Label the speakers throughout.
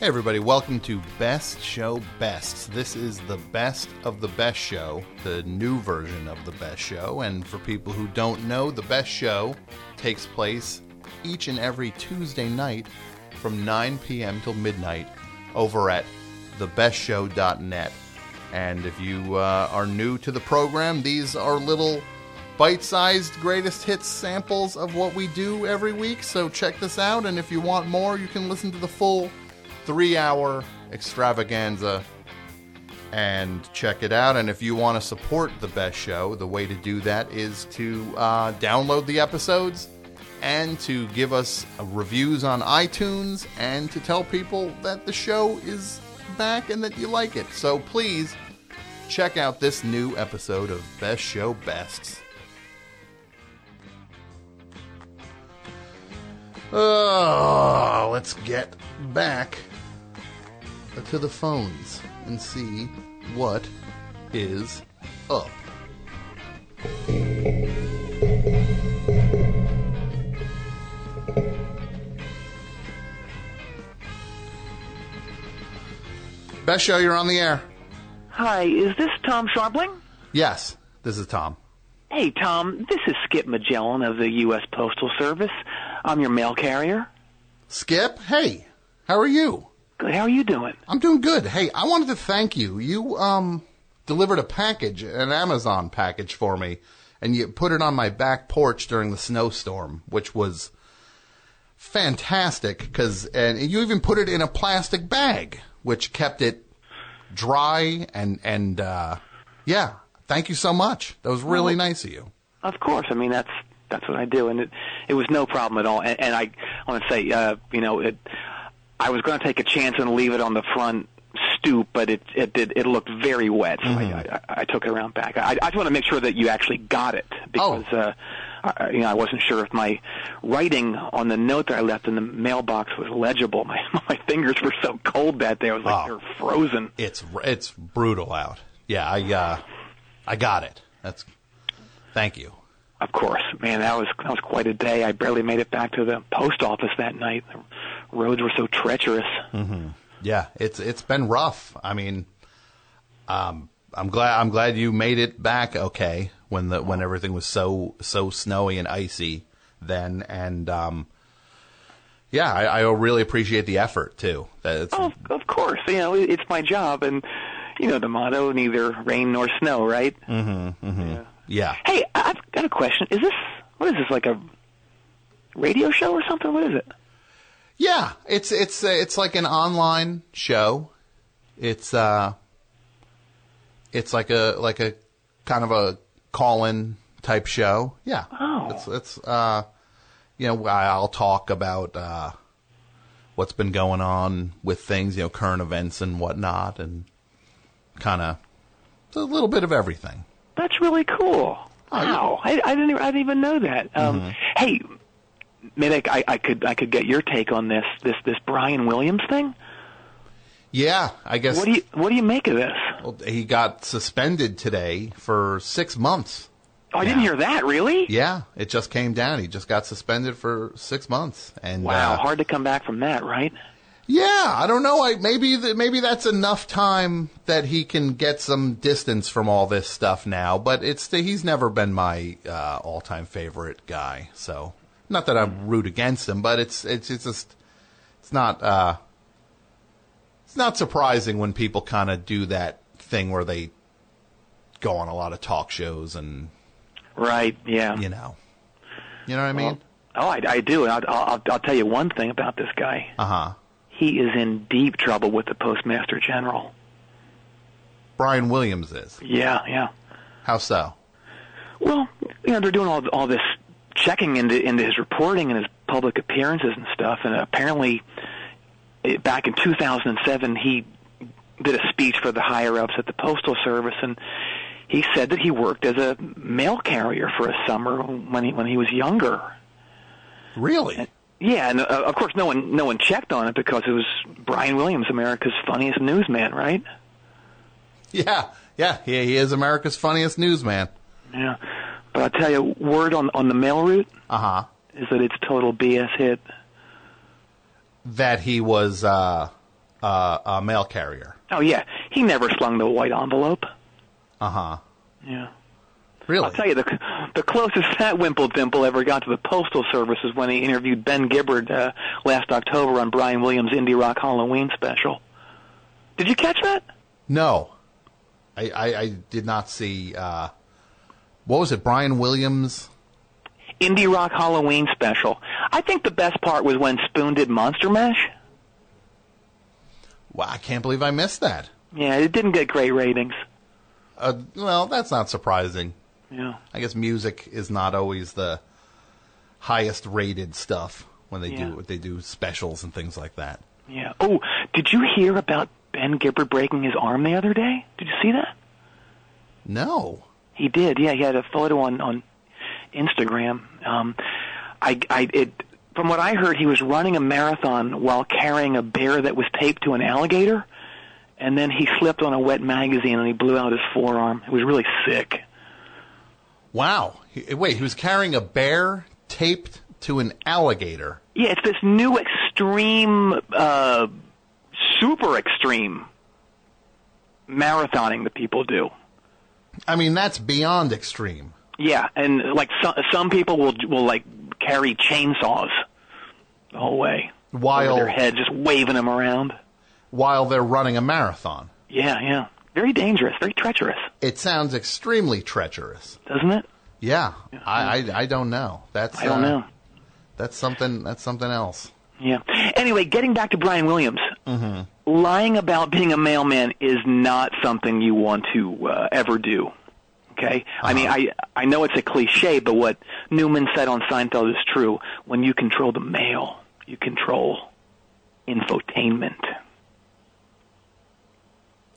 Speaker 1: Hey, everybody, welcome to Best Show Best. This is the best of the best show, the new version of the best show. And for people who don't know, the best show takes place each and every Tuesday night from 9 p.m. till midnight over at thebestshow.net. And if you uh, are new to the program, these are little bite sized greatest hits samples of what we do every week. So check this out. And if you want more, you can listen to the full three hour extravaganza and check it out. And if you want to support the best show, the way to do that is to uh, download the episodes and to give us uh, reviews on iTunes and to tell people that the show is back and that you like it. So please check out this new episode of Best Show Bests. Oh, let's get back to the phones and see what is up. Best show, you're on the air.
Speaker 2: Hi, is this Tom Sharpling?
Speaker 1: Yes, this is Tom.
Speaker 2: Hey, Tom, this is Skip Magellan of the U.S. Postal Service. I'm your mail carrier.
Speaker 1: Skip, hey, how are you?
Speaker 2: Good, How are you doing?
Speaker 1: I'm doing good. Hey, I wanted to thank you. You um delivered a package, an Amazon package for me, and you put it on my back porch during the snowstorm, which was fantastic cuz and you even put it in a plastic bag, which kept it dry and and uh yeah, thank you so much. That was really nice of you.
Speaker 2: Of course. I mean, that's that's what I do, and it it was no problem at all. And, and I want to say, uh, you know, it, I was going to take a chance and leave it on the front stoop, but it it did it looked very wet, so I, I, I took it around back. I, I just want to make sure that you actually got it because uh, I, I- you know I wasn't sure if my writing on the note that I left in the mailbox was legible. My my fingers were so cold that day; I was like
Speaker 1: Oh.
Speaker 2: they're frozen.
Speaker 1: It's it's brutal out. Yeah, I uh I got it. That's thank you.
Speaker 2: Of course, man, that was that was quite a day. I barely made it back to the post office that night. The roads were so treacherous.
Speaker 1: Yeah, it's it's been rough. I mean, um, I'm glad I'm glad you made it back okay when the when everything was so so snowy and icy then and um, yeah, I, I really appreciate the effort too. That it's,
Speaker 2: Of, Oh, of course, you know it- it's my job, and you know the motto: neither rain nor snow, right?
Speaker 1: yeah,
Speaker 2: Hey, I- I've got a question. Is this what is this like a radio show or something? What is it?
Speaker 1: yeah. It's it's uh, it's like an online show. It's uh, it's like a like a kind of a call in type show. Yeah,
Speaker 2: Oh.
Speaker 1: it's it's uh, you know, I- I'll talk about uh, what's been going on with things, you know, current events and whatnot, and kind of a little bit of everything.
Speaker 2: That's really cool. Wow, I, I didn't I didn't even know that. Um, Hey, maybe I, I could I could get your take on this this this Brian Williams thing.
Speaker 1: Yeah, I guess
Speaker 2: What do you what do you make of this?
Speaker 1: well, he got suspended today for six months.
Speaker 2: Oh, I didn't
Speaker 1: Yeah.
Speaker 2: hear that. Really?
Speaker 1: Yeah, it just came down. He just got suspended for six months, and
Speaker 2: Wow,
Speaker 1: uh,
Speaker 2: hard to come back from that, right?
Speaker 1: Yeah, I don't know. I maybe th- maybe that's enough time that he can get some distance from all this stuff now. But it's the, he's never been my uh, all-time favorite guy. So not that I root against him, but it's it's it's just it's not uh, it's not surprising when people kind of do that thing where they go on a lot of talk shows and
Speaker 2: Right. Yeah.
Speaker 1: you know you know what I mean.
Speaker 2: Oh, I, I do. And I'll, I'll, I'll tell you one thing about this guy.
Speaker 1: Uh huh.
Speaker 2: He is in deep trouble with the Postmaster General.
Speaker 1: Brian Williams is
Speaker 2: Yeah. Yeah.
Speaker 1: how so?
Speaker 2: Well, you know, they're doing all all this checking into into his reporting and his public appearances and stuff, and apparently, it, back in 2007, he did a speech for the higher ups at the Postal Service, and he said that he worked as a mail carrier for a summer when he when he was younger.
Speaker 1: Really?
Speaker 2: Yeah, and uh, of course, no one no one checked on it because it was Brian Williams, America's funniest newsman, right?
Speaker 1: Yeah, yeah, he, he is America's funniest newsman.
Speaker 2: Yeah, but I'll tell you, word on on the mail route
Speaker 1: Uh
Speaker 2: Uh-huh.
Speaker 1: huh.
Speaker 2: is that it's total BS hit.
Speaker 1: That he was uh, uh, a mail carrier.
Speaker 2: Oh yeah, he never slung the white envelope.
Speaker 1: Uh huh.
Speaker 2: Yeah.
Speaker 1: Really?
Speaker 2: I'll tell you, the, the closest that Wimple Dimple ever got to the Postal Service is when he interviewed Ben Gibbard uh, last October on Brian Williams' Indie Rock Halloween special. Did you catch that?
Speaker 1: No, I, I, I did not see. Uh, what was it? Brian Williams.
Speaker 2: Indie Rock Halloween special. I think the best part was when Spoon did Monster Mash.
Speaker 1: Wow, I can't believe I missed that.
Speaker 2: Yeah, it didn't get great ratings.
Speaker 1: Uh, well, that's not surprising.
Speaker 2: Yeah.
Speaker 1: I guess music is not always the highest rated stuff when they
Speaker 2: Yeah.
Speaker 1: do they do specials and things like that.
Speaker 2: Yeah. Oh, did you hear about Ben Gibbard breaking his arm the other day? Did you see that?
Speaker 1: No.
Speaker 2: He did. Yeah, he had a photo on on Instagram. Um, I, I, it, from what I heard, he was running a marathon while carrying a bear that was taped to an alligator, and then he slipped on a wet magazine and he blew out his forearm. It was really sick.
Speaker 1: Wow. He, wait, he was carrying a bear taped to an alligator.
Speaker 2: Yeah, it's this new extreme, uh, super extreme marathoning that people do.
Speaker 1: I mean, that's beyond extreme.
Speaker 2: Yeah, and like some some people will will like carry chainsaws the whole way
Speaker 1: While-
Speaker 2: over their head, just waving them around.
Speaker 1: While they're running a marathon,
Speaker 2: Yeah, yeah, very dangerous, very treacherous,
Speaker 1: it sounds extremely treacherous.
Speaker 2: doesn't it?
Speaker 1: Yeah, I, I I don't know. That's
Speaker 2: I don't
Speaker 1: uh,
Speaker 2: know.
Speaker 1: That's something. That's something else.
Speaker 2: Yeah. Anyway, getting back to Brian Williams, lying about being a mailman is not something you want to uh, ever do. Okay. I mean, I I know it's a cliche, but what Newman said on Seinfeld is true. When you control the mail, you control infotainment.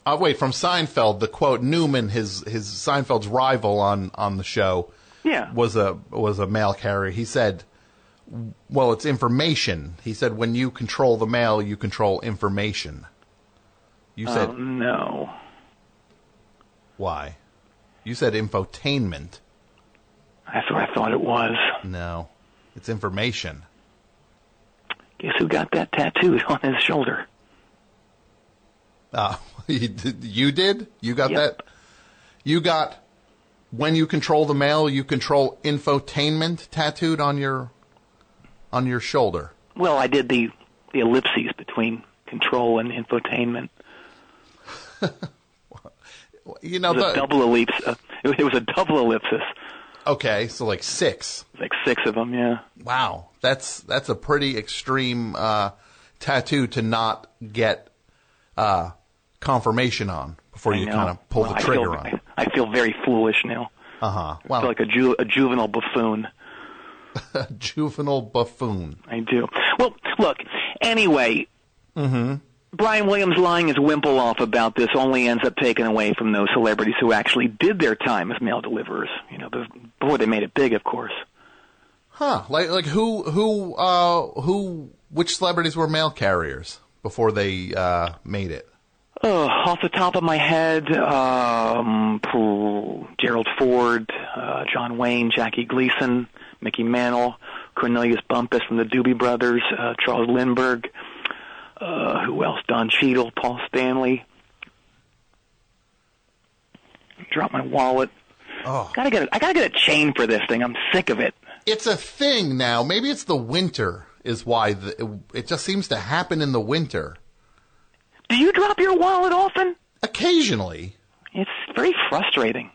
Speaker 1: Uh, wait, from Seinfeld, the quote Newman, his his Seinfeld's rival on on the show,
Speaker 2: Yeah.
Speaker 1: was a was a mail carrier. He said, "Well, it's information." He said, "When you control the mail, you control information." You said
Speaker 2: Oh, no.
Speaker 1: why? You said infotainment.
Speaker 2: That's what I thought it was.
Speaker 1: No, it's information.
Speaker 2: Guess who got that tattooed on his shoulder?
Speaker 1: Uh, you did. You, did? you got
Speaker 2: Yep.
Speaker 1: that? You got when you control the mail, you control infotainment tattooed on your on your shoulder.
Speaker 2: Well, I did the, the ellipses between control and infotainment.
Speaker 1: You know
Speaker 2: It was
Speaker 1: the
Speaker 2: a double ellipse. Uh, it, it was a double ellipsis. It
Speaker 1: okay, so like six.
Speaker 2: was like six of them, yeah.
Speaker 1: Wow, that's that's a pretty extreme uh, tattoo to not get uh, confirmation on before you
Speaker 2: No.
Speaker 1: kind of pull
Speaker 2: Well,
Speaker 1: the trigger
Speaker 2: I feel,
Speaker 1: on.
Speaker 2: I, I feel very foolish now.
Speaker 1: Uh huh.
Speaker 2: I feel
Speaker 1: Well,
Speaker 2: like a, ju- a juvenile buffoon.
Speaker 1: a juvenile buffoon.
Speaker 2: I do. Well, look, anyway. Mm-hmm. Brian Williams lying his wimple off about this only ends up taken away from those celebrities who actually did their time as mail deliverers, you know, bef- before they made it big, of course.
Speaker 1: Huh? Like like who who uh who which celebrities were mail carriers before they uh made it?
Speaker 2: Oh, off the top of my head, um, phew, Gerald Ford, uh, John Wayne, Jackie Gleason, Mickey Mantle, Cornelius Bumpus from the Doobie Brothers, uh, Charles Lindbergh, uh, who else? Don Cheadle, Paul Stanley. Drop my wallet.
Speaker 1: Oh.
Speaker 2: Gotta get a, I gotta get a chain for this thing. I'm sick of it.
Speaker 1: It's a thing now. Maybe it's the winter is why the, it just seems to happen in the winter.
Speaker 2: Do you drop your wallet often?
Speaker 1: Occasionally,
Speaker 2: It's very frustrating.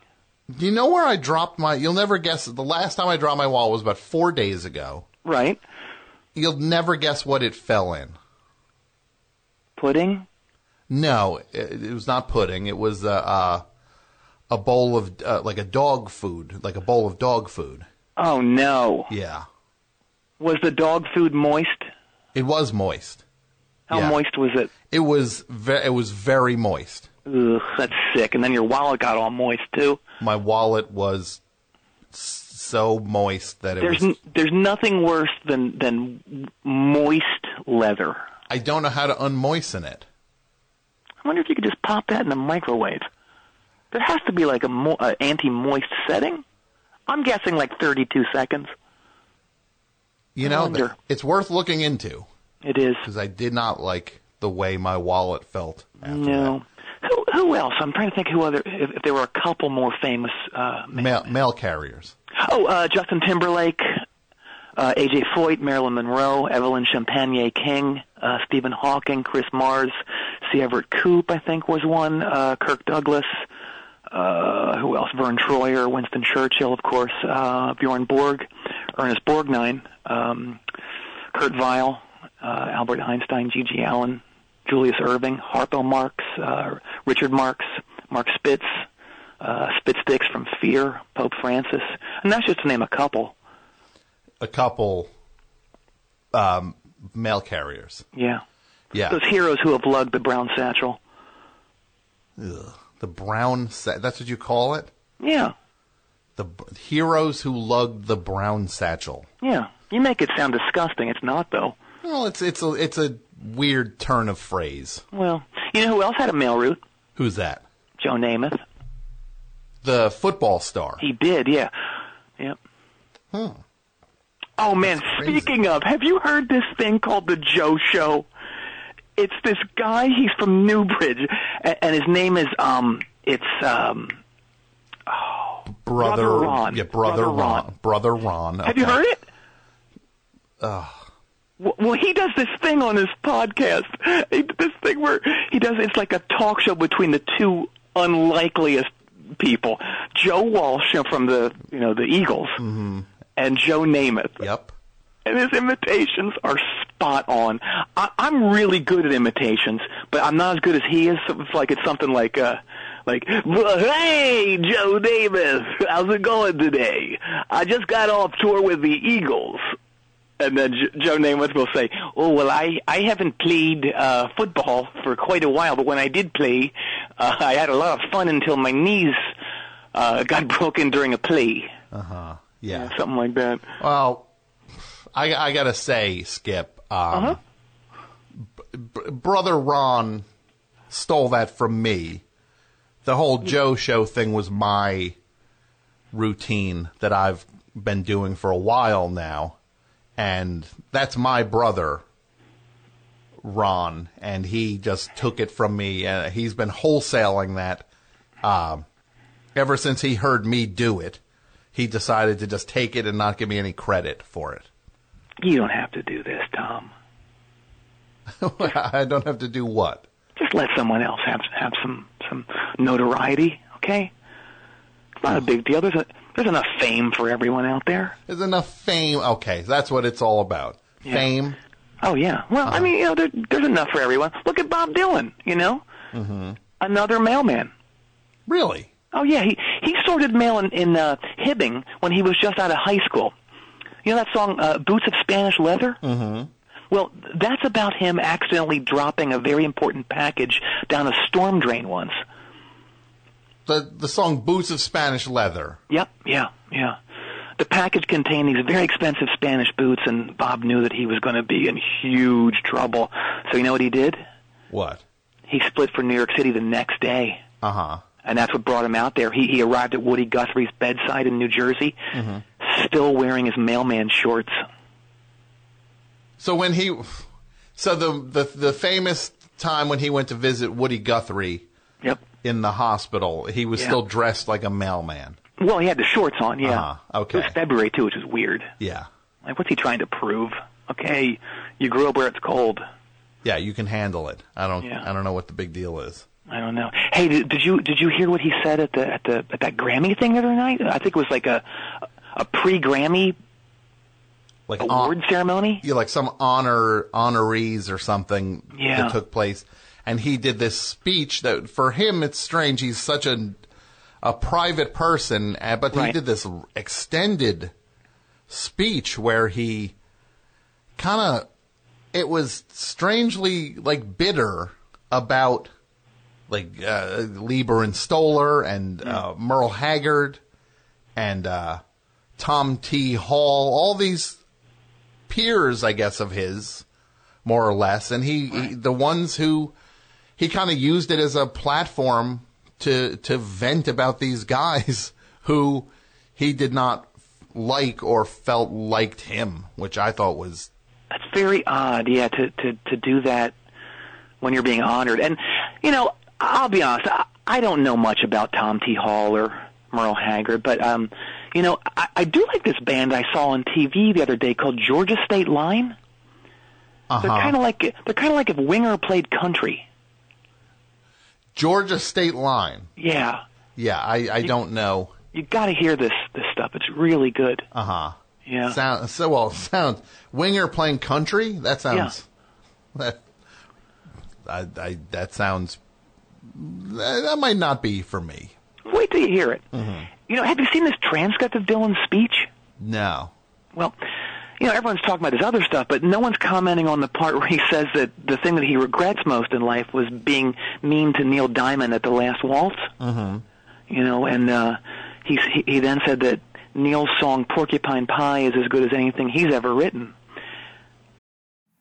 Speaker 1: Do you know where I dropped my? You'll never guess. it. The last time I dropped my wallet was about four days ago.
Speaker 2: Right?
Speaker 1: You'll never guess what it fell in.
Speaker 2: Pudding?
Speaker 1: No, it, it was not pudding. It was a uh, a bowl of uh, like a dog food, like a bowl of dog food.
Speaker 2: Oh no.
Speaker 1: Yeah,
Speaker 2: Was the dog food moist?
Speaker 1: it was moist.
Speaker 2: How
Speaker 1: Yeah.
Speaker 2: moist was it?
Speaker 1: It was ve- it was very moist.
Speaker 2: Ugh, that's sick. And then your wallet got all moist too.
Speaker 1: My wallet was s- so moist that it
Speaker 2: There's
Speaker 1: was.
Speaker 2: n- there's nothing worse than than moist leather.
Speaker 1: I don't know how to unmoisten it.
Speaker 2: I wonder if you could just pop that in the microwave. There has to be like a mo- uh, anti-moist setting. I'm guessing like 32 seconds.
Speaker 1: You know,
Speaker 2: wonder.
Speaker 1: it's worth looking into
Speaker 2: It is.
Speaker 1: because I did not like the way my wallet felt. After
Speaker 2: no. Who, who else? I'm trying to think who other. If, if there were a couple more famous. Uh,
Speaker 1: that. Mail, mail carriers.
Speaker 2: oh, uh, Justin Timberlake, uh, A.J. Foyt, Marilyn Monroe, Evelyn Champagne King, uh, Stephen Hawking, Chris Mars, C. Everett Koop, I think was one. Uh, Kirk Douglas. Uh, who else? Vern Troyer, Winston Churchill, of course. Uh, Bjorn Borg, Ernest Borgnine, um, Kurt Weill, uh, Albert Einstein, G.G. Allen, Julius Irving, Harpo Marx, uh, Richard Marx, Mark Spitz, uh, Spitzsticks from Fear, Pope Francis, and that's just to name a couple.
Speaker 1: A couple um, mail carriers.
Speaker 2: Yeah.
Speaker 1: Yeah.
Speaker 2: Those heroes who have lugged the brown satchel.
Speaker 1: Ugh. The brown sa- That's what you call it?
Speaker 2: Yeah.
Speaker 1: The b- heroes who lugged the brown satchel.
Speaker 2: Yeah. You make it sound disgusting. It's not, though.
Speaker 1: Well, it's it's a it's a weird turn of phrase.
Speaker 2: Well, you know who else had a mail route?
Speaker 1: Who's that?
Speaker 2: Joe Namath.
Speaker 1: The football star.
Speaker 2: He did, yeah. Yep. Oh man,
Speaker 1: crazy.
Speaker 2: speaking of, have you heard this thing called the Joe Show? It's this guy, he's from Newbridge a- and his name is um it's um
Speaker 1: brother,
Speaker 2: Brother Ron.
Speaker 1: Yeah, brother,
Speaker 2: Brother
Speaker 1: Ron.
Speaker 2: Ron.
Speaker 1: Brother Ron.
Speaker 2: Have you
Speaker 1: okay.
Speaker 2: heard it? Ugh. Well, he does this thing on his podcast. He, this thing where he does it's like a talk show between the two unlikeliest people, Joe Walsh from the you know the Eagles, and Joe Namath.
Speaker 1: Yep.
Speaker 2: And his imitations are spot on. I, I'm really good at imitations, but I'm not as good as he is. So it's like it's something like, uh, like, "Well, hey, Joe Davis, how's it going today? I just got off tour with the Eagles. And then J- Joe Namath will say, "Oh well, I I haven't played uh, football for quite a while, but when I did play, uh, I had a lot of fun until my knees uh, got broken during a play,
Speaker 1: Yeah.
Speaker 2: something like that."
Speaker 1: Well, I, I gotta say, Skip, um, b- b- brother Ron stole that from me. The whole Joe show thing was my routine that I've been doing for a while now, and that's my brother. Ron, and he just took it from me. Uh, he's been wholesaling that um, ever since he heard me do it, he decided to just take it and not give me any credit for it.
Speaker 2: You don't have to do this, Tom.
Speaker 1: I don't have to do what?
Speaker 2: Just let someone else have have some some notoriety, okay? It's not a big deal. There's a there's enough fame for everyone out there.
Speaker 1: There's enough fame. Okay, that's what it's all about. Fame.
Speaker 2: Oh yeah. Well, I mean, you know, there, there's enough for everyone. Look at Bob Dylan. You know, mm-hmm. another mailman.
Speaker 1: Really?
Speaker 2: Oh yeah, he he sorted mail in, in uh, Hibbing when he was just out of high school. You know that song uh, "Boots of Spanish Leather." Mm-hmm. Well, that's about him accidentally dropping a very important package down a storm drain once.
Speaker 1: The the song Boots of Spanish Leather.
Speaker 2: Yep, yeah, yeah. The package contained these very expensive Spanish boots, and Bob knew that he was going to be in huge trouble. So you know what he did?
Speaker 1: What?
Speaker 2: He split for New York City the next day,
Speaker 1: Uh huh.
Speaker 2: and that's what brought him out there. He he arrived at Woody Guthrie's bedside in New Jersey,
Speaker 1: Mm-hmm.
Speaker 2: still wearing his mailman shorts.
Speaker 1: So when he, so the the the famous time when he went to visit Woody Guthrie
Speaker 2: Yep.
Speaker 1: in the hospital, he was
Speaker 2: Yeah.
Speaker 1: still dressed like a mailman.
Speaker 2: Well, he had the shorts on. Yeah.
Speaker 1: Uh-huh, okay.
Speaker 2: It was February too, which is weird.
Speaker 1: Yeah.
Speaker 2: Like, what's he trying to prove? Okay, you grew up where it's cold.
Speaker 1: Yeah, you can handle it. I don't.
Speaker 2: Yeah.
Speaker 1: I don't know what the big deal is.
Speaker 2: I don't know. Hey, did, did you did you hear what he said at the at the at that Grammy thing the other night? I think it was like a a pre Grammy
Speaker 1: Like on-
Speaker 2: award ceremony.
Speaker 1: yeah, like some honor honorees or something
Speaker 2: Yeah.
Speaker 1: that took place, and he did this speech that for him it's strange. He's such a a private person, uh, but he
Speaker 2: Right.
Speaker 1: did this extended speech where he kind of it was strangely like bitter about like uh, Lieber and Stoller and uh,
Speaker 2: Mm.
Speaker 1: Merle Haggard and uh, Tom T. Hall, all these peers, I guess, of his, more or less, and he, he the ones who he kind of used it as a platform to to vent about these guys who he did not like or felt liked him, which I thought was
Speaker 2: That's very odd. Yeah, to to to do that when you're being honored. And you know, I'll be honest, I, I don't know much about Tom T. Hall or Merle Haggard, but um, you know, I, I do like this band I saw on TV the other day called Georgia State Line. They're
Speaker 1: Uh-huh.
Speaker 2: kind of like they're kind of like if Winger played country.
Speaker 1: Georgia State Line.
Speaker 2: Yeah,
Speaker 1: Yeah, I, I don't know.
Speaker 2: you got to hear this this stuff. It's really good.
Speaker 1: Uh huh.
Speaker 2: Yeah.
Speaker 1: Sound so well. Sounds Winger playing country. That sounds. That. I, I that sounds. That, that might not be for me.
Speaker 2: Wait till you hear it. You know, have you seen this transcript of Dylan's speech?
Speaker 1: No.
Speaker 2: Well, you know, everyone's talking about his other stuff, but no one's commenting on the part where he says that the thing that he regrets most in life was being mean to Neil Diamond at the last waltz. Mm-hmm. You know, and uh, he, he he then said that Neil's song "Porcupine Pie" is as good as anything he's ever written.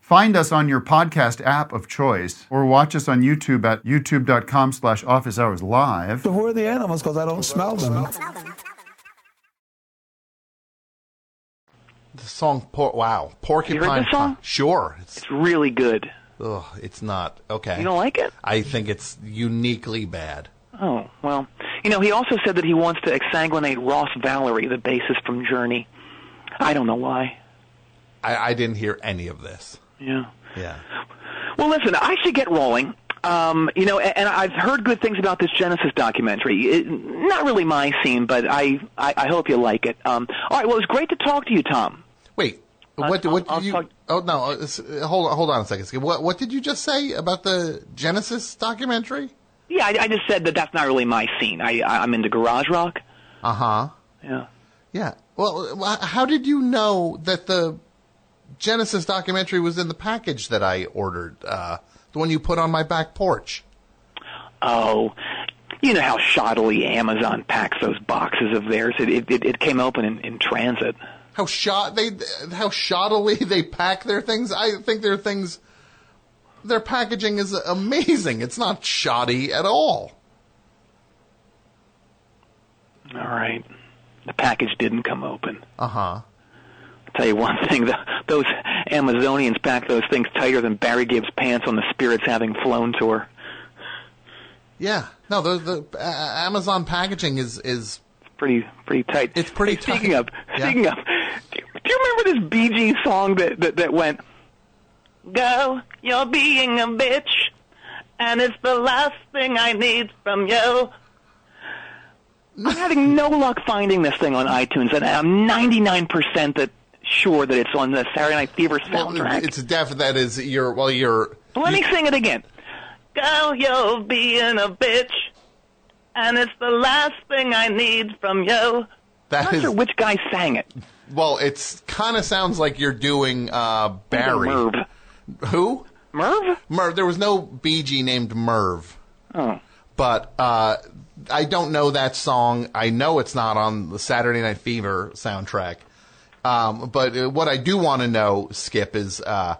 Speaker 3: Find us on your podcast app of choice or watch us on YouTube at youtube.com slash office hours live.
Speaker 4: Who are the animals? Because I don't smell them.
Speaker 1: The song. Por- wow. Porcupine.
Speaker 2: this song?
Speaker 1: Pie. Sure. It's.
Speaker 2: It's really good.
Speaker 1: Ugh, it's not okay.
Speaker 2: You don't like it?
Speaker 1: I think it's uniquely bad.
Speaker 2: Oh, well. You know, he also said that he wants to exsanguinate Ross Valerie, the bassist from Journey. I don't know why.
Speaker 1: I, I didn't hear any of this.
Speaker 2: Yeah.
Speaker 1: Yeah.
Speaker 2: Well, listen, I should get rolling. Um, you know, and, and I've heard good things about this Genesis documentary. It, not really my scene, but I, I, I hope you like it. Um, all right, well, it was great to talk to you, Tom.
Speaker 1: Wait. What?
Speaker 2: Uh, I'll-
Speaker 1: what did
Speaker 2: I'll
Speaker 1: you?
Speaker 2: talk-
Speaker 1: Oh no. uh, s- uh, Hold on. Hold on a second. What? What did you just say about the Genesis documentary?
Speaker 2: Yeah, I, I just said that that's not really my scene. I, I, I'm into garage rock.
Speaker 1: Uh huh.
Speaker 2: Yeah.
Speaker 1: Yeah. Well, uh, how did you know that the Genesis documentary was in the package that I ordered? Uh, the one you put on my back porch.
Speaker 2: Oh, you know how shoddily Amazon packs those boxes of theirs. It, it, it, it came open in, in transit.
Speaker 1: How shot they? How shoddily they pack their things. I think their things. Their packaging is amazing. It's not shoddy at all.
Speaker 2: All right. The package didn't come open.
Speaker 1: Uh huh.
Speaker 2: I'll tell you one thing, th those Amazonians pack those things tighter than Barry Gibb's pants on the Spirits Having Flown tour.
Speaker 1: Yeah. No, the, the uh, Amazon packaging is is
Speaker 2: It's pretty, pretty tight.
Speaker 1: It's pretty
Speaker 2: hey, Speaking
Speaker 1: tight.
Speaker 2: of,
Speaker 1: Yeah.
Speaker 2: speaking of, do you, do you remember this Bee Gees song that, that, that went, Girl, you're being a bitch, and it's the last thing I need from you. I'm having no luck finding this thing on iTunes, and I'm 99% that sure that it's on the Saturday Night Fever
Speaker 1: well,
Speaker 2: soundtrack.
Speaker 1: it's deaf. That is your well, your
Speaker 2: Let me sing it again. Girl, you're being a bitch, and it's the last thing I need from you.
Speaker 1: that
Speaker 2: I'm not
Speaker 1: is
Speaker 2: sure which guy sang it.
Speaker 1: well. It's kind of sounds like you're doing uh, Barry.
Speaker 2: Merv.
Speaker 1: Who?
Speaker 2: Merv?
Speaker 1: Merv. There was no BG named Merv,
Speaker 2: Oh.
Speaker 1: but uh, I don't know that song. I know it's not on the Saturday Night Fever soundtrack. Um, but uh, what I do want to know, Skip, is uh,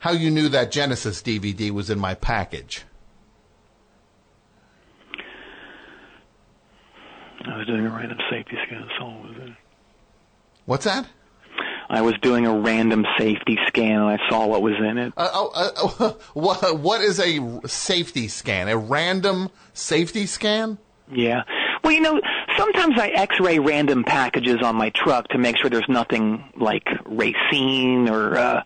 Speaker 1: how you knew that Genesis DVD was in my package.
Speaker 2: I was doing a random safety scan song was it?
Speaker 1: What's that?
Speaker 2: I was doing a random safety scan and I saw what was in it.
Speaker 1: Uh, oh, uh, oh, what, what is a r- safety scan? A random safety scan?
Speaker 2: Yeah. Well, you know, sometimes I X-ray random packages on my truck to make sure there's nothing like racine or uh,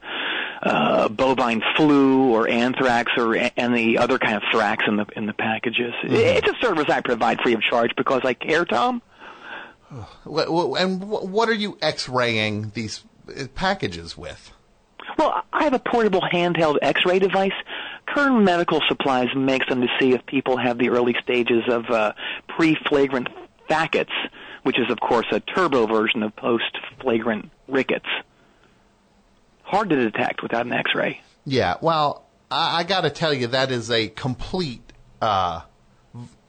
Speaker 2: uh, bovine flu or anthrax or a- any other kind of thrax in the in the packages. It's a service I provide free of charge because I care, Tom.
Speaker 1: Wh- wh- And wh- what are you x-raying these uh, packages with?
Speaker 2: Well, I have a portable handheld X-ray device. Kern Medical Supplies makes them to see if people have the early stages of uh, pre-flagrant faggots, which is, of course, a turbo version of post-flagrant rickets. Hard to detect without an X-ray.
Speaker 1: Yeah, well, I, I got to tell you, that is a complete uh,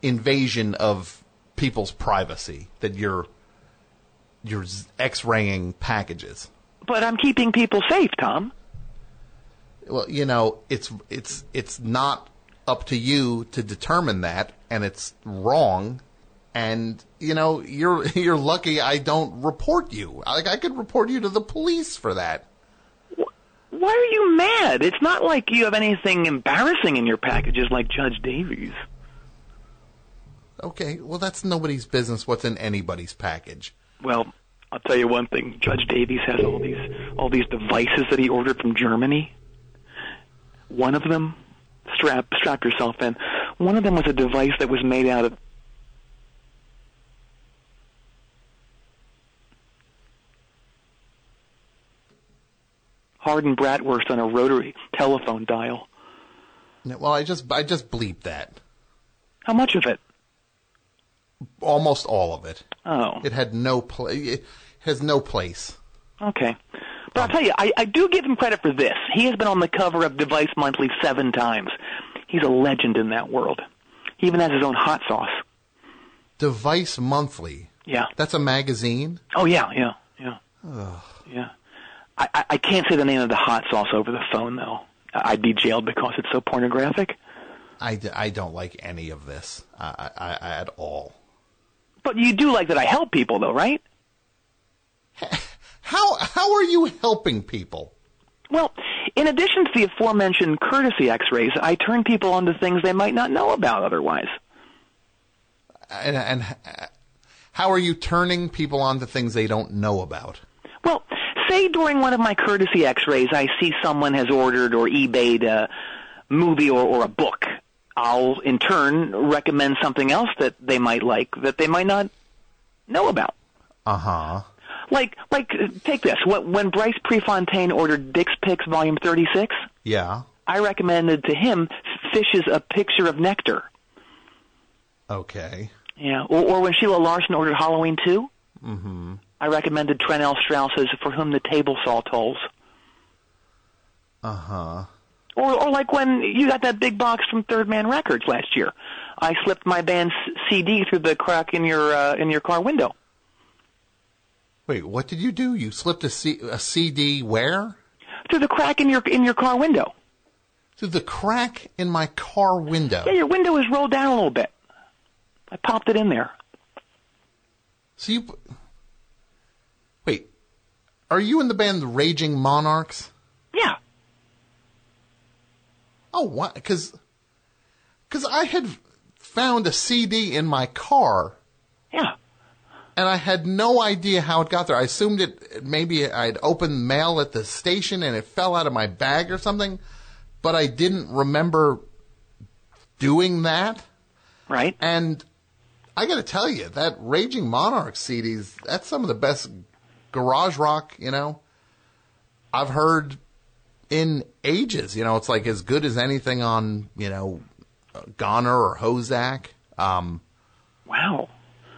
Speaker 1: invasion of people's privacy that you're you're z- x-raying packages.
Speaker 2: But I'm keeping people safe, Tom.
Speaker 1: Well, you know, it's it's it's not up to you to determine that, and it's wrong. And you know, you're you're lucky I don't report you. Like I could report you to the police for that.
Speaker 2: Why are you mad? It's not like you have anything embarrassing in your packages like Judge Davies.
Speaker 1: Okay, well that's nobody's business what's in anybody's package.
Speaker 2: Well, I'll tell you one thing. Judge Davies has all these all these devices that he ordered from Germany. One of them, strap strap yourself in. One of them was a device that was made out of hardened bratwurst on a rotary telephone dial.
Speaker 1: No, Well, I just I just bleeped that.
Speaker 2: How much of it?
Speaker 1: Almost all of it.
Speaker 2: Oh,
Speaker 1: It had no pla It has no place.
Speaker 2: okay. But I'll tell you, I, I do give him credit for this. He has been on the cover of Device Monthly seven times. He's a legend in that world. He even has his own hot sauce.
Speaker 1: Device Monthly.
Speaker 2: Yeah.
Speaker 1: That's a magazine.
Speaker 2: Oh yeah, yeah, yeah, yeah. I, I, I can't say the name of the hot sauce over the phone though. I- I'd be jailed because it's so pornographic.
Speaker 1: I, d- I don't like any of this I, I, I, at all.
Speaker 2: But you do like that I help people though, right?
Speaker 1: How how are you helping people?
Speaker 2: Well, in addition to the aforementioned courtesy X-rays, I turn people onto things they might not know about otherwise.
Speaker 1: And, and h- how are you turning people on to things they don't know about?
Speaker 2: Well, say during one of my courtesy x-rays I see someone has ordered or eBayed a movie or, or a book. I'll in turn recommend something else that they might like that they might not know about.
Speaker 1: Uh huh.
Speaker 2: Like like uh, take this. When when Bryce Prefontaine ordered Dick's Picks volume 36,
Speaker 1: Yeah.
Speaker 2: I recommended to him Fish's A Picture of Nectar.
Speaker 1: Okay.
Speaker 2: Yeah, or, or when Sheila Larson ordered Halloween 2, mm-hmm. I recommended Trent L. Strauss's For Whom the Table Saw Tolls.
Speaker 1: Uh huh.
Speaker 2: Or, or like when you got that big box from Third Man Records last year, I slipped my band's CD through the crack in your uh, in your car window.
Speaker 1: Wait, what did you do? You slipped a, C- a CD where?
Speaker 2: Through the crack in your in your car window.
Speaker 1: Through the crack in my car window.
Speaker 2: Yeah, your window is rolled down a little bit. I popped it in there.
Speaker 1: So you. Wait. Are you in the band the Raging Monarchs?
Speaker 2: Yeah.
Speaker 1: Oh, what? Because. Because I had found a CD in my car
Speaker 2: Yeah.
Speaker 1: and I had no idea how it got there. I assumed it maybe I'd opened mail at the station and it fell out of my bag or something, but I didn't remember doing that.
Speaker 2: Right.
Speaker 1: And I got to tell you, that Raging Monarch CDs, that's some of the best garage rock, you know, I've heard in ages. You know, it's like as good as anything on, you know, Goner or Hozak. Um,
Speaker 2: Wow.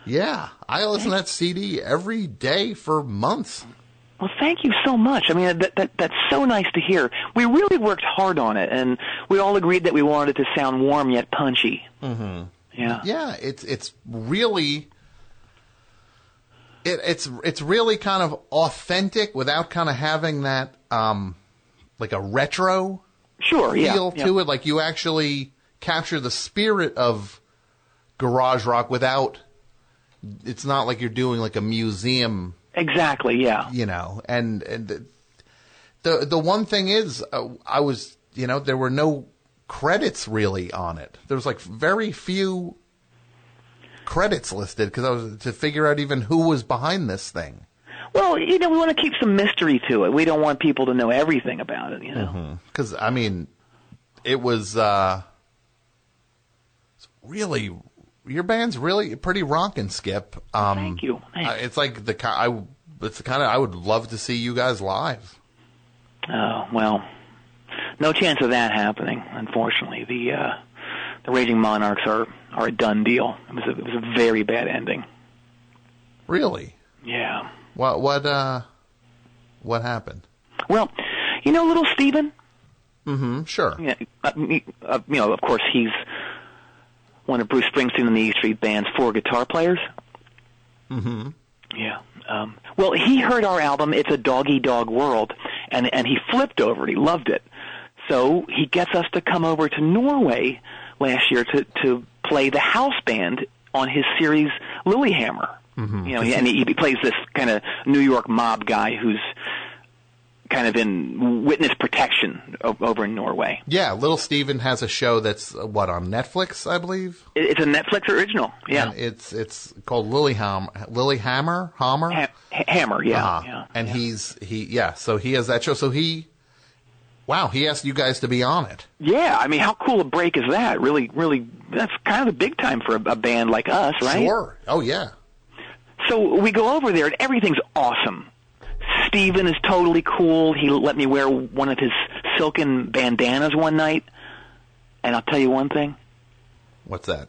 Speaker 1: yeah, I listen to that CD every day for months.
Speaker 2: Well, thank you so much. I mean, that, that that's so nice to hear. We really worked hard on it, and we all agreed that we wanted it to sound warm yet punchy. Mm-hmm. Yeah.
Speaker 1: Yeah, it's it's really it, it's it's really kind of authentic without kind of having that um like a retro
Speaker 2: Sure. Yeah.
Speaker 1: feel
Speaker 2: yeah.
Speaker 1: to it. Like you actually capture the spirit of garage rock without. It's not like you're doing like a museum,
Speaker 2: Exactly. Yeah.
Speaker 1: you know. And, and the, the the one thing is, uh, I was, you know, there were no credits really on it. There was like very few credits listed because I was to figure out even who was behind this thing.
Speaker 2: Well, you know, we want to keep some mystery to it. We don't want people to know everything about it. You know.
Speaker 1: because I mean, it was uh, it's really your band's really pretty rockin' Skip. Um,
Speaker 2: Thank you.
Speaker 1: I- It's like the ki- I it's the kind of I would love to see you guys live.
Speaker 2: Oh well, no chance of that happening. Unfortunately, the uh, the raging monarchs are are a done deal. It was a, it was a very bad ending.
Speaker 1: Really?
Speaker 2: Yeah.
Speaker 1: What what uh what happened?
Speaker 2: Well, you know, little Stephen.
Speaker 1: Mm, sure.
Speaker 2: Yeah, uh, me- uh, you know, of course, he's one of Bruce Springsteen and the E Street Band's four guitar players.
Speaker 1: Mm-hmm.
Speaker 2: Yeah. Um, well, he heard our album, It's a Dog Eat Dog World, and, and he flipped over it. He loved it. So he gets us to come over to Norway last year to, to play the house band on his series Lilyhammer. Mm-hmm. You know, he, and he, he plays this kind of New York mob guy who's kind of in witness protection o- over in Norway.
Speaker 1: Yeah, Little Steven has a show that's uh, what on Netflix, I believe.
Speaker 2: It, it's a Netflix original. Yeah.
Speaker 1: And it's it's called Lilyham Lilyhammer Hammer.
Speaker 2: Ha- Hammer, yeah.
Speaker 1: Uh-huh.
Speaker 2: yeah.
Speaker 1: And he's he yeah, so he has that show. So he wow, he asked you guys to be on it.
Speaker 2: Yeah, I mean, how cool a break is that? Really, really, that's kind of the big time for a, a band like us, right?
Speaker 1: Sure. Oh yeah.
Speaker 2: So we go over there, and everything's awesome. Steven is totally cool. He let me wear one of his silken bandanas one night, and I'll tell you one thing:
Speaker 1: What's that?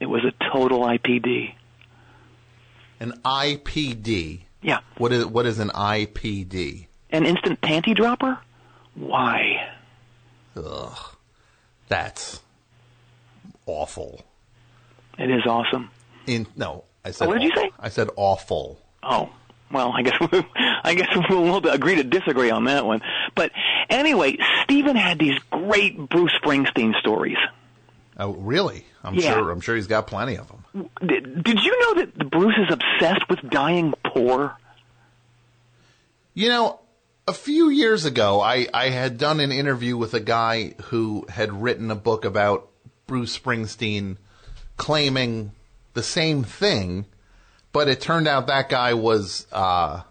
Speaker 2: it was a total IPD.
Speaker 1: An IPD.
Speaker 2: Yeah,
Speaker 1: What is what is an IPD?
Speaker 2: an instant panty dropper. Why?
Speaker 1: Ugh. That's awful.
Speaker 2: It is awesome.
Speaker 1: In no, I said
Speaker 2: What did you
Speaker 1: awful.
Speaker 2: say?
Speaker 1: I said awful.
Speaker 2: Oh, well, I guess I guess we'll, we'll agree to disagree on that one. But anyway, Steven had these great Bruce Springsteen stories.
Speaker 1: Oh, really? I'm
Speaker 2: Yeah.
Speaker 1: sure I'm sure he's got plenty of them.
Speaker 2: Did, did you know that Bruce is obsessed with dying poor?
Speaker 1: You know, a few years ago, I, I had done an interview with a guy who had written a book about Bruce Springsteen claiming the same thing, but it turned out that guy was, uh,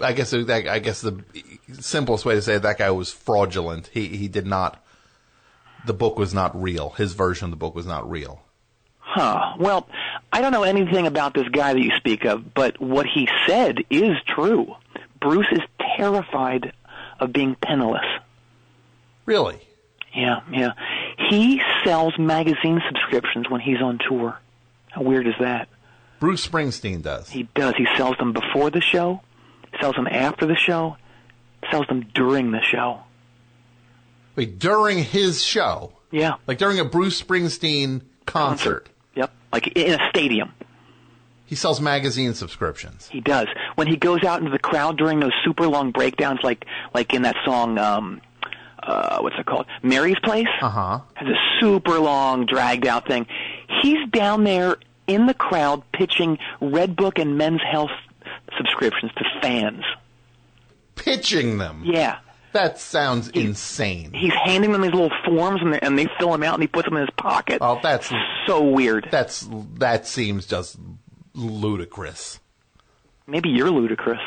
Speaker 1: I guess, that, I guess the simplest way to say it, that guy was fraudulent. He, he did not, the book was not real. His version of the book was not real.
Speaker 2: Huh. Well, I don't know anything about this guy that you speak of, but what he said is true. Bruce is terrified of being penniless.
Speaker 1: Really?
Speaker 2: Yeah, yeah. He sells magazine subscriptions when he's on tour. How weird is that?
Speaker 1: Bruce Springsteen does.
Speaker 2: He does. He sells them before the show, sells them after the show, sells them during the show.
Speaker 1: Wait, during his show,
Speaker 2: Yeah.
Speaker 1: like during a Bruce Springsteen concert.
Speaker 2: Yep. Like in a stadium.
Speaker 1: He sells magazine subscriptions.
Speaker 2: He does. When he goes out into the crowd during those super long breakdowns, like like in that song, um, uh, what's it called? Mary's Place.
Speaker 1: Uh huh.
Speaker 2: Has a super long, dragged out thing. He's down there in the crowd pitching Red Book and Men's Health subscriptions to fans.
Speaker 1: Pitching them.
Speaker 2: Yeah.
Speaker 1: That sounds insane.
Speaker 2: He's handing them these little forms, and, they- and they fill them out, and he puts them in his pocket.
Speaker 1: Oh, that's
Speaker 2: so weird.
Speaker 1: that's that seems just ludicrous.
Speaker 2: Maybe you're ludicrous.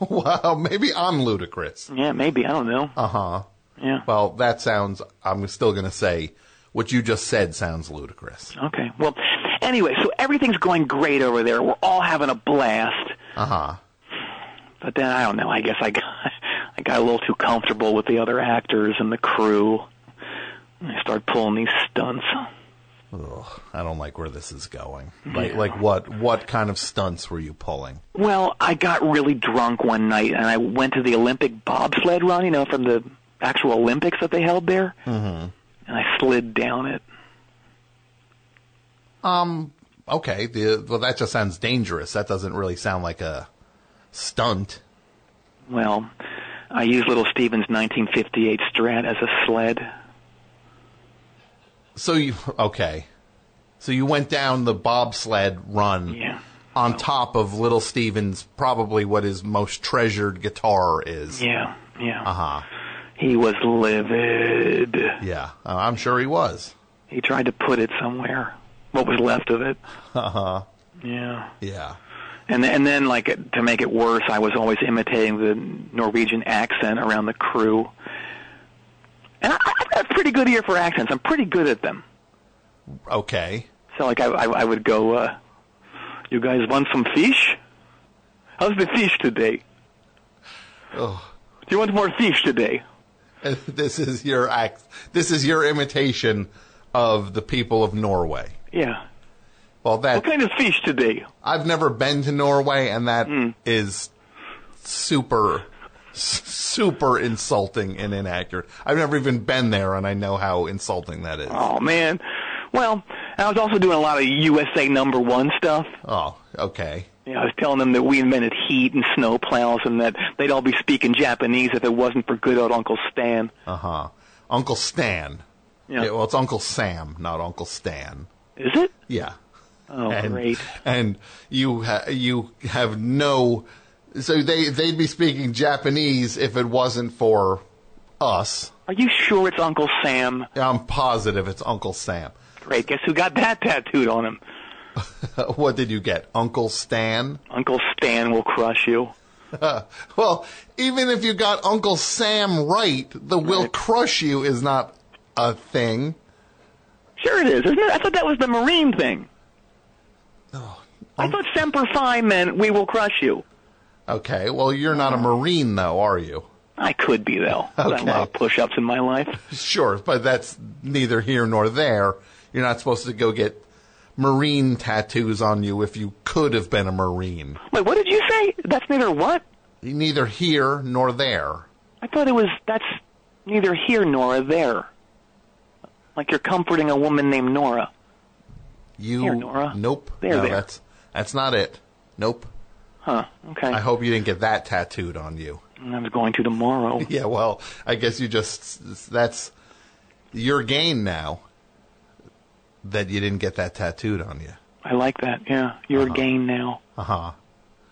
Speaker 1: wow, maybe I'm ludicrous.
Speaker 2: Yeah, maybe. I don't know.
Speaker 1: Uh huh.
Speaker 2: Yeah.
Speaker 1: Well, that sounds. I'm still gonna say what you just said sounds ludicrous.
Speaker 2: Okay. Well, anyway, so everything's going great over there. We're all having a blast.
Speaker 1: Uh huh.
Speaker 2: But then I don't know. I guess I got I got a little too comfortable with the other actors and the crew. I started pulling these stunts.
Speaker 1: I don't like where this is going. Like, like what? What kind of stunts were you pulling?
Speaker 2: Well, I got really drunk one night and I went to the Olympic bobsled run, you know, from the actual Olympics that they held there. Mm-hmm. And I slid down it.
Speaker 1: Okay. The well, that just sounds dangerous. That doesn't really sound like a stunt.
Speaker 2: Well, I used little Steven's 1958 Strat as a sled.
Speaker 1: So you okay? So you went down the bobsled run
Speaker 2: Yeah.
Speaker 1: on top of Little Steven's probably what his most treasured guitar is.
Speaker 2: Yeah, yeah.
Speaker 1: Uh-huh.
Speaker 2: He was livid.
Speaker 1: Yeah, uh, I'm sure he was.
Speaker 2: He tried to put it somewhere. What was left of it. Yeah.
Speaker 1: Yeah.
Speaker 2: And and then like to make it worse, I was always imitating the Norwegian accent around the crew. And I, I've got a pretty good ear for accents. I'm pretty good at them.
Speaker 1: Okay.
Speaker 2: So like I I, I would go, uh, "You guys want some fish? How's the fish today?
Speaker 1: Oh,
Speaker 2: Do you want more fish today?"
Speaker 1: this is your act. This is your imitation of the people of Norway.
Speaker 2: Yeah.
Speaker 1: Well, that
Speaker 2: What kind of fish today?
Speaker 1: I've never been to Norway, and that
Speaker 2: Hmm.
Speaker 1: is super, s- super insulting and inaccurate. I've never even been there, and I know how insulting that is.
Speaker 2: Oh man, Well, I was also doing a lot of USA number one stuff.
Speaker 1: Oh, okay.
Speaker 2: You know, I was telling them that we invented heat and snow plows and that they'd all be speaking Japanese if it wasn't for good old Uncle Stan.
Speaker 1: Uh huh. Uncle Stan.
Speaker 2: Yeah.
Speaker 1: well, it's Uncle Sam, not Uncle Stan.
Speaker 2: Is it?
Speaker 1: Yeah.
Speaker 2: Oh,
Speaker 1: and,
Speaker 2: great.
Speaker 1: And you ha- you have no. So they they'd be speaking Japanese if it wasn't for us.
Speaker 2: Are you sure it's Uncle Sam?
Speaker 1: I'm positive it's Uncle Sam.
Speaker 2: Great. Guess who got that tattooed on him?
Speaker 1: Uh, what did you get, Uncle Stan?
Speaker 2: Uncle Stan will crush you.
Speaker 1: well, even if you got Uncle Sam right, the "will crush you" is not a thing.
Speaker 2: Sure it is, isn't it? I thought that was the Marine thing. I thought Semper Fi meant we will crush you.
Speaker 1: Okay. Well, you're not a Marine, though, are you?
Speaker 2: I could be though. I've done
Speaker 1: Okay.
Speaker 2: a lot of push-ups in my life.
Speaker 1: Sure, but that's neither here nor there. You're not supposed to go get Marine tattoos on you if you could have been a Marine.
Speaker 2: Wait, what did you say? That's neither what?
Speaker 1: Neither here nor there.
Speaker 2: I thought it was that's neither here nor there. Like you're comforting a woman named Nora.
Speaker 1: You.
Speaker 2: Here, Nora.
Speaker 1: Nope.
Speaker 2: There,
Speaker 1: no,
Speaker 2: there.
Speaker 1: that's that's not it. Nope.
Speaker 2: Huh, okay.
Speaker 1: I hope you didn't get that tattooed on you.
Speaker 2: I was going to tomorrow.
Speaker 1: Yeah, well, I guess you just that's your gain now that you didn't get that tattooed on you.
Speaker 2: I like that, yeah. You're game now.
Speaker 1: Uh-huh.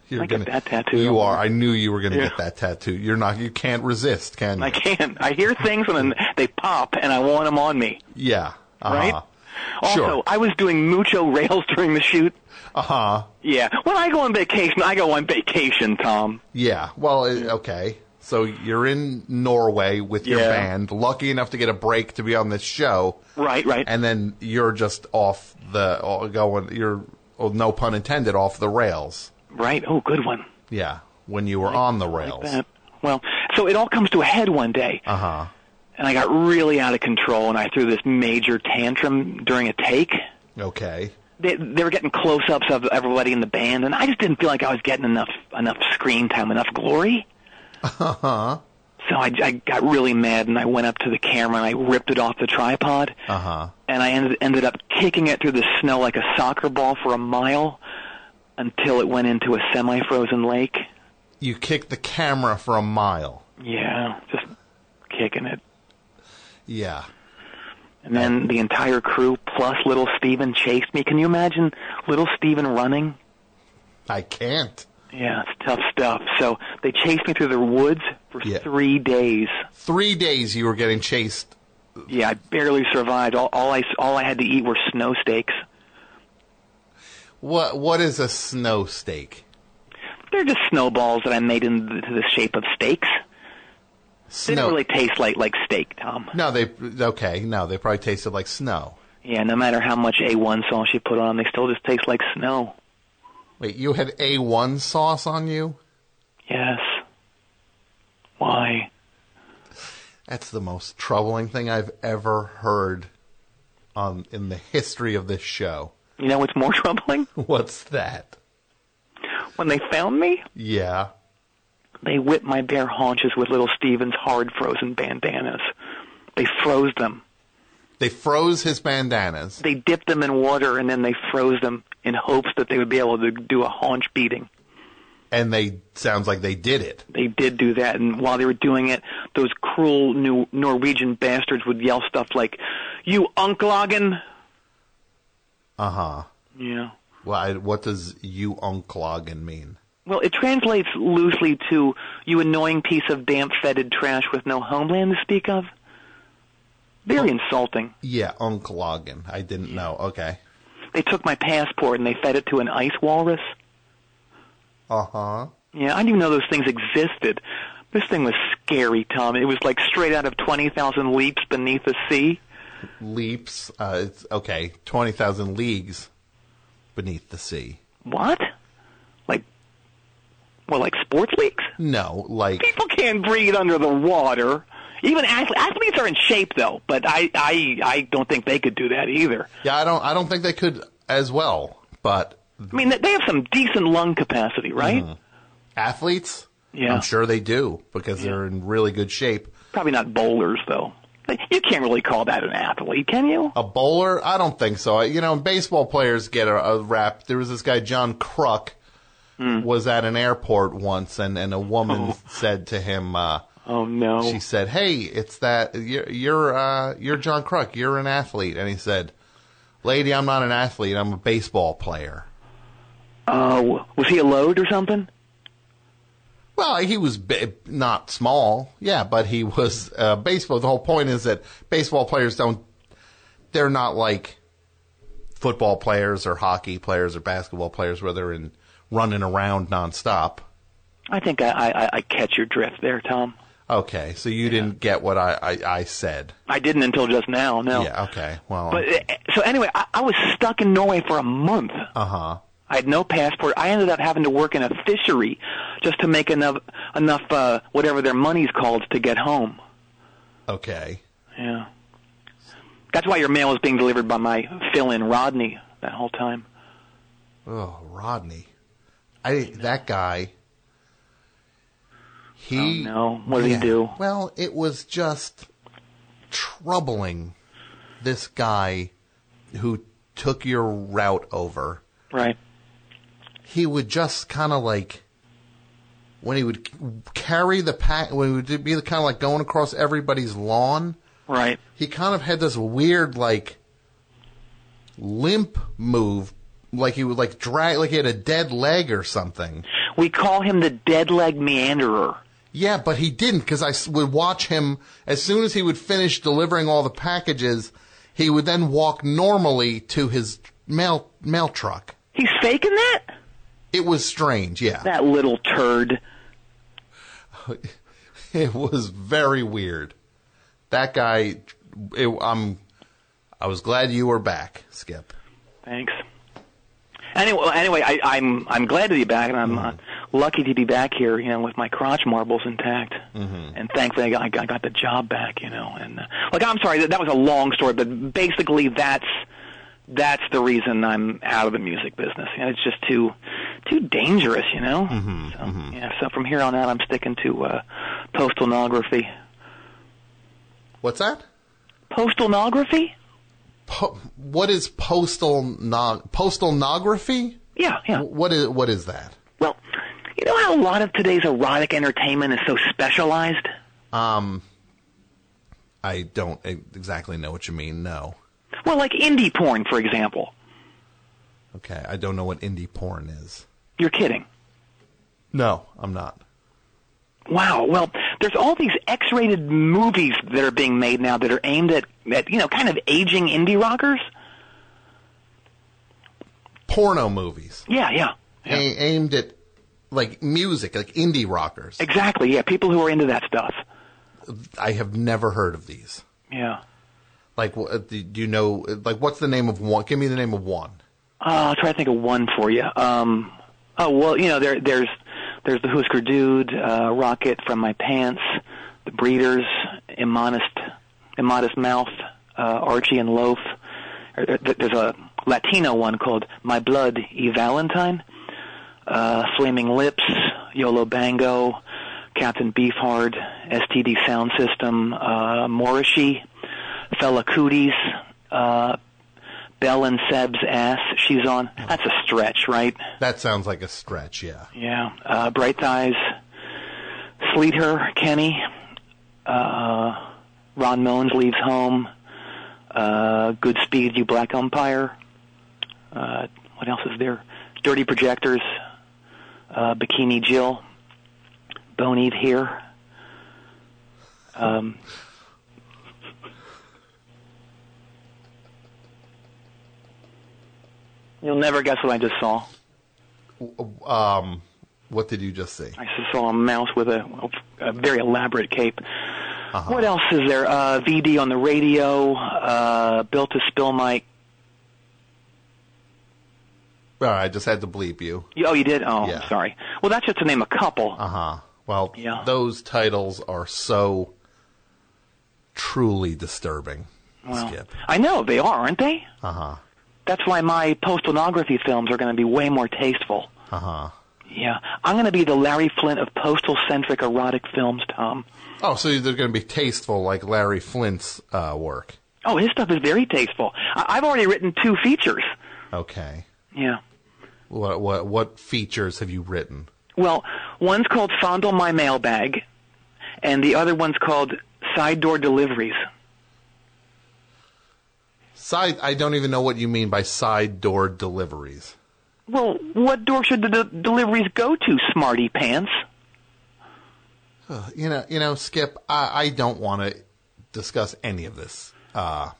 Speaker 1: You're
Speaker 2: I get that tattoo.
Speaker 1: You are. I knew you were going to
Speaker 2: Yeah.
Speaker 1: get that tattoo. You're not you can't resist, can you?
Speaker 2: I can't. I hear things and then they pop and I want them on me.
Speaker 1: Yeah. Uh-huh.
Speaker 2: Right? Also,
Speaker 1: Sure.
Speaker 2: I was doing mucho rails during the shoot.
Speaker 1: Uh-huh.
Speaker 2: Yeah. When I go on vacation, I go on vacation, Tom.
Speaker 1: Yeah. Well, it, okay. So you're in Norway with your
Speaker 2: Yeah.
Speaker 1: band, lucky enough to get a break to be on this show,
Speaker 2: Right, right.
Speaker 1: and then you're just off the oh, going you're oh, no pun intended off the rails.
Speaker 2: right. Oh, good one.
Speaker 1: Yeah, when you were on the
Speaker 2: Like
Speaker 1: rails.
Speaker 2: that. Well, so it all comes to a head one day.
Speaker 1: Uh huh.
Speaker 2: and I got really out of control, and I threw this major tantrum during a take.
Speaker 1: Okay.
Speaker 2: They, they were getting close-ups of everybody in the band, and I just didn't feel like I was getting enough enough screen time, enough glory. Uh-huh. So I, I got really mad, and I went up to the camera and I ripped it off the tripod,
Speaker 1: Uh huh.
Speaker 2: and I ended ended up kicking it through the snow like a soccer ball for a mile until it went into a semi-frozen lake.
Speaker 1: You kicked the camera for a mile.
Speaker 2: Yeah, just kicking it.
Speaker 1: Yeah.
Speaker 2: And then the entire crew plus little Steven chased me. Can you imagine little Steven running?
Speaker 1: I can't.
Speaker 2: Yeah, it's tough stuff. So they chased me through the woods for
Speaker 1: Yeah.
Speaker 2: three days.
Speaker 1: Three days you were getting chased.
Speaker 2: Yeah, I barely survived. All, all I all I had to eat were snow steaks.
Speaker 1: What What is a snow steak?
Speaker 2: They're just snowballs that I made into the shape of steaks. They
Speaker 1: Snow.
Speaker 2: didn't really taste like like steak, Tom.
Speaker 1: no, they okay. No, they probably tasted like snow.
Speaker 2: Yeah, no matter how much A1 sauce you put on, them, they still just taste like snow.
Speaker 1: Wait, you had A one sauce on you?
Speaker 2: Yes. Why?
Speaker 1: That's the most troubling thing I've ever heard on in the history of this show.
Speaker 2: You know what's more troubling?
Speaker 1: What's that?
Speaker 2: When they found me,
Speaker 1: Yeah.
Speaker 2: They whipped my bare haunches with little Steven's hard frozen bandanas. They froze them.
Speaker 1: They froze his bandanas.
Speaker 2: They dipped them in water and then they froze them in hopes that they would be able to do a haunch beating.
Speaker 1: and they sounds like they did it.
Speaker 2: They did do that, and while they were doing it, those cruel new Norwegian bastards would yell stuff like, "You unclogging?"
Speaker 1: Uh huh.
Speaker 2: Yeah.
Speaker 1: Well, I, what does you unclogging mean?
Speaker 2: Well, it translates loosely to "You annoying piece of damp, fetid trash with no homeland to speak of." Very insulting.
Speaker 1: Yeah, unclogging. I didn't know. Okay.
Speaker 2: They took my passport and they fed it to an ice walrus.
Speaker 1: Uh huh.
Speaker 2: Yeah, I didn't even know those things existed. This thing was scary, Tom. It was like straight out of 20,000 Leaps Beneath the Sea.
Speaker 1: Leaps. Uh, it's okay. Twenty thousand leagues beneath the sea.
Speaker 2: What? Like, well, like sports leagues?
Speaker 1: No, like
Speaker 2: People can't breathe under the water. Even athletes, athletes are in shape, though, but I, I, I don't think they could do that either.
Speaker 1: yeah. I don't. I don't think they could as well. But
Speaker 2: I mean, they- they have some decent lung capacity, right?
Speaker 1: athletes.
Speaker 2: Yeah.
Speaker 1: I'm sure they do because they're in really good shape.
Speaker 2: Probably not bowlers, though. You can't really call that an athlete, can you?
Speaker 1: A bowler? I don't think so. I- You know, baseball players get a, a rap. There was this guy John Cruck
Speaker 2: Hmm.
Speaker 1: was at an airport once, and and a woman said to him. Uh,
Speaker 2: Oh no.
Speaker 1: she said, "Hey, it's that you're you're uh, you're John Cruck. You're an athlete." And he said, "Lady, I'm not an athlete. I'm a baseball player."
Speaker 2: Oh, was he a load or something?
Speaker 1: Well, he was b- not small, yeah, but he was uh, baseball. The whole point is that baseball players don't. They're not like football players or hockey players or basketball players where they're in running around nonstop.
Speaker 2: I think I, I, I catch your drift there, Tom.
Speaker 1: Okay, so you didn't get what I, I, I said.
Speaker 2: I didn't until just now. No.
Speaker 1: Yeah, okay. Well,
Speaker 2: But uh, so anyway, I, I was stuck in Norway for a month.
Speaker 1: uh huh.
Speaker 2: I had no passport. I ended up having to work in a fishery just to make enough enough uh, whatever their money's called to get home.
Speaker 1: Okay.
Speaker 2: Yeah. That's why your mail was being delivered by my fill-in Rodney that whole time.
Speaker 1: Oh, Rodney. I that guy. He
Speaker 2: Oh, no. What did he do?
Speaker 1: Well, it was just troubling. This guy who took your route over,
Speaker 2: Right.
Speaker 1: he would just kind of like when he would c- carry the pack, when he would be kind of like going across everybody's lawn.
Speaker 2: Right.
Speaker 1: He kind of had this weird like limp move, like he would like drag, like he had a dead leg or something.
Speaker 2: We call him the dead leg meanderer.
Speaker 1: Yeah, but he didn't because I s- would watch him as soon as he would finish delivering all the packages, he would then walk normally to his mail mail truck.
Speaker 2: He's faking that?
Speaker 1: It was strange, yeah.
Speaker 2: That little turd.
Speaker 1: it was very weird. That guy, it, I'm, I was glad you were back, Skip.
Speaker 2: Thanks. Anyway, anyway, I, I'm I'm glad to be back, and I'm uh, lucky to be back here, you know, with my crotch marbles intact. Mm-hmm. And thankfully, I got, I got- I got the job back, you know. And uh, like, I'm sorry that, that was a long story, but basically, that's that's the reason I'm out of the music business. You know, it's just too too dangerous, you know. so, Yeah. So from here on out, I'm sticking to uh, postalnography.
Speaker 1: What's that?
Speaker 2: Postalnography?
Speaker 1: Po- what is postal nog- postalnography?
Speaker 2: Yeah, yeah.
Speaker 1: What is what is that?
Speaker 2: Well, you know how a lot of today's erotic entertainment is so specialized?
Speaker 1: Um, I don't e- exactly know what you mean. No.
Speaker 2: Well, like indie porn, for example.
Speaker 1: Okay, I don't know what indie porn is.
Speaker 2: You're kidding.
Speaker 1: No, I'm not.
Speaker 2: Wow. Well, there's all these X-rated movies that are being made now that are aimed at, at you know, kind of aging indie rockers.
Speaker 1: Porno movies
Speaker 2: Yeah, yeah.
Speaker 1: A- aimed at like music, like indie rockers.
Speaker 2: Exactly. Yeah, people who are into that stuff.
Speaker 1: I have never heard of these.
Speaker 2: Yeah.
Speaker 1: Like, wh- uh, do do you know? uh, Like, what's the name of one? Give me the name of one.
Speaker 2: Uh, I'll try to think of one for you. Um, oh well, you know there there's there's the Husker Dude, uh, Rocket from My Pants, the Breeders, Immodest, Immodest Mouth, uh, Archie and Loaf. Er, er, th- There's a Latino one called My Blood E Valentine, uh, Flaming Lips, Yolo Bango, Captain Beefheart, STD Sound System, uh, Morrissey, Fella Cooties. Uh, Bell and Seb's ass. She's on. That's a stretch, right?
Speaker 1: That sounds like a stretch. Yeah.
Speaker 2: Yeah. Uh, Bright Thighs, Sleet Her, Kenny, uh, Ron Moans Leaves Home, uh, Good Speed, You Black Umpire. Uh, what else is there? Dirty Projectors, uh, Bikini Jill, Bone Eve Here. Um, you'll never guess what I just saw.
Speaker 1: W- Um, what did you just see?
Speaker 2: I just saw a mouse with a, a very elaborate cape. What else is there? Uh, VD on the radio, uh, built to spill my.
Speaker 1: All right, I just had to bleep you.
Speaker 2: Oh, you did? Oh,
Speaker 1: Yeah.
Speaker 2: I'm sorry. Well, that's just to name a couple.
Speaker 1: Uh huh. Well,
Speaker 2: Yeah.
Speaker 1: those titles are so truly disturbing.
Speaker 2: well,
Speaker 1: Skip.
Speaker 2: I know they are, aren't they?
Speaker 1: Uh huh.
Speaker 2: That's why my postalnography films are going to be way more tasteful.
Speaker 1: Uh huh.
Speaker 2: Yeah, I'm going to be the Larry Flint of postal-centric erotic films, Tom.
Speaker 1: Oh, so they're going to be tasteful like Larry Flint's uh, work.
Speaker 2: Oh, his stuff is very tasteful. I- I've already written two features.
Speaker 1: Okay.
Speaker 2: Yeah.
Speaker 1: What what what features have you written?
Speaker 2: Well, one's called Fondle My Mailbag, and the other one's called Side Door Deliveries.
Speaker 1: Side. I don't even know what you mean by side door deliveries.
Speaker 2: Well, what door should the de- deliveries go to, smarty pants?
Speaker 1: You know, you know, Skip. I, I don't want to discuss any of this uh,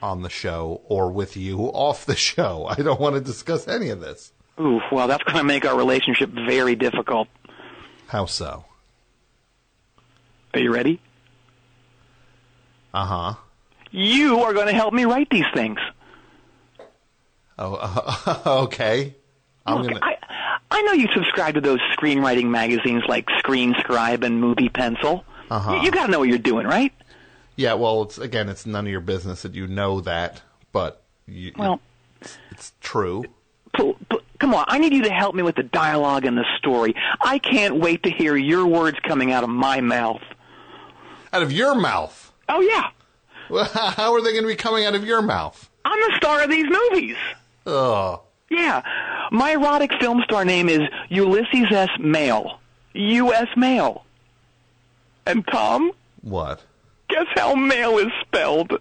Speaker 1: on the show or with you off the show. I don't want to discuss any of this.
Speaker 2: Ooh, well, that's going to make our relationship very difficult.
Speaker 1: How so?
Speaker 2: Are you ready?
Speaker 1: Uh huh.
Speaker 2: You are going to help me write these things.
Speaker 1: Oh, okay. I'm
Speaker 2: Look,
Speaker 1: gonna.
Speaker 2: I, I know you subscribe to those screenwriting magazines like Screen Scribe and Movie Pencil.
Speaker 1: Uh-huh.
Speaker 2: You, you got to know what you're doing, right?
Speaker 1: yeah. Well, it's again, it's none of your business that you know that, but you,
Speaker 2: Well,
Speaker 1: it's true.
Speaker 2: pl- pl- come on. I need you to help me with the dialogue and the story. I can't wait to hear your words coming out of my mouth.
Speaker 1: Out of your mouth.
Speaker 2: Oh, yeah.
Speaker 1: Well, How are they going to be coming out of your mouth?
Speaker 2: I'm the star of these movies.
Speaker 1: Ugh.
Speaker 2: Yeah. My erotic film star name is Ulysses S. Mail. U.S. Mail. And Tom,
Speaker 1: What?
Speaker 2: guess how mail is spelled?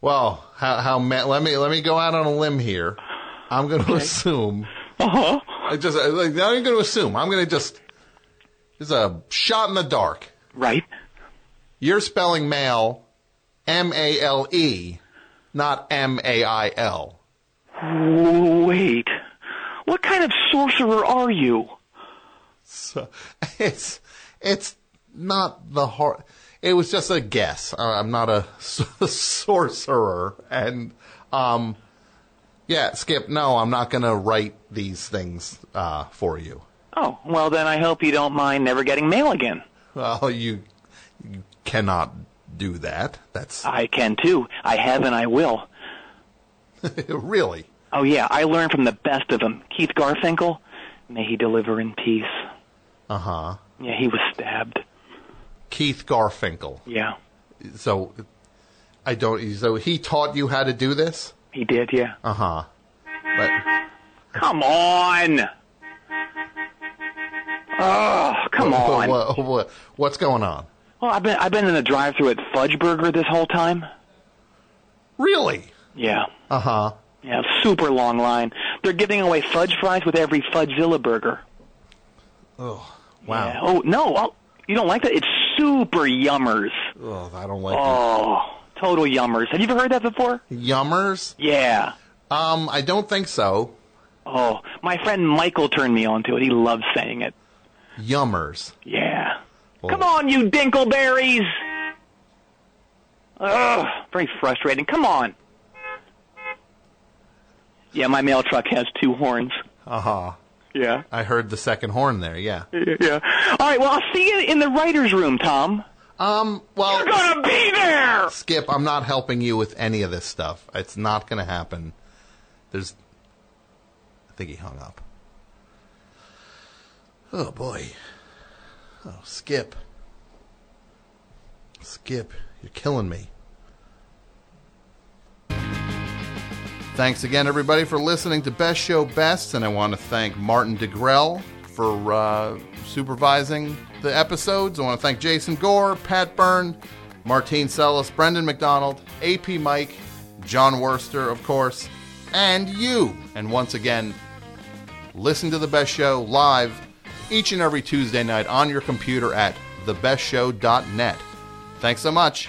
Speaker 1: Well, how how ma- let me let me go out on a limb here. I'm going to assume.
Speaker 2: Uh huh.
Speaker 1: I just I- like now I'm going to assume. I'm going to just it's a shot in the dark.
Speaker 2: Right.
Speaker 1: You're spelling mail, M A L E, not M A I L.
Speaker 2: Wait. What kind of sorcerer are you?
Speaker 1: So it's it's not the hard. It was just a guess. Uh, I'm not a sorcerer, and um, yeah, Skip. No, I'm not gonna write these things uh, for you.
Speaker 2: Oh, well then I hope you don't mind never getting mail again.
Speaker 1: Well, you you cannot do that. That's
Speaker 2: I can too. I have and I will.
Speaker 1: really
Speaker 2: Oh yeah, I learned from the best of them. Keith Garfinkel, may he deliver in peace.
Speaker 1: uh huh.
Speaker 2: Yeah, he was stabbed.
Speaker 1: Keith Garfinkel.
Speaker 2: Yeah.
Speaker 1: So I don't. So he taught you how to do this.
Speaker 2: He did, yeah.
Speaker 1: Uh huh. But.
Speaker 2: Come on. Oh, come on.
Speaker 1: What, what- what's going on?
Speaker 2: Well, I've been I've been in the drive-through at Fudge Burger this whole time.
Speaker 1: Really?
Speaker 2: Yeah.
Speaker 1: Uh huh.
Speaker 2: Yeah, super long line. They're giving away fudge fries with every Fudgezilla burger.
Speaker 1: Wow.
Speaker 2: Yeah. Oh no, oh, you don't like that? It's super yummers.
Speaker 1: Ugh, I don't like
Speaker 2: Oh, total yummers. Have you ever heard that before?
Speaker 1: these. yummers.
Speaker 2: Yeah.
Speaker 1: Um, I don't think so.
Speaker 2: Oh, my friend Michael turned me on to it. He loves saying it.
Speaker 1: Yummers.
Speaker 2: Yeah.
Speaker 1: Well-
Speaker 2: Come on, you dinkleberries! Ugh, very frustrating. Come on. Yeah, my mail truck has two horns.
Speaker 1: Uh huh.
Speaker 2: Yeah.
Speaker 1: I heard the second horn there. Yeah.
Speaker 2: Yeah. All right, well, I'll see you in the writer's room, Tom.
Speaker 1: Um. Well,
Speaker 2: You're gonna be there!
Speaker 1: Skip, I'm not helping you with any of this stuff. It's not going to happen. There's. I think he hung up. Oh boy. Oh, Skip. Skip, you're killing me. Thanks again, everybody, for listening to Best Show Best, and I want to thank Martin DeGrell for uh, supervising the episodes. I want to thank Jason Gore, Pat Byrne, Martine Sellis, Brendan McDonald, AP Mike, John Worster, of course, and you. And once again, listen to The Best Show live each and every Tuesday night on your computer at thebestshow.net. Thanks so much.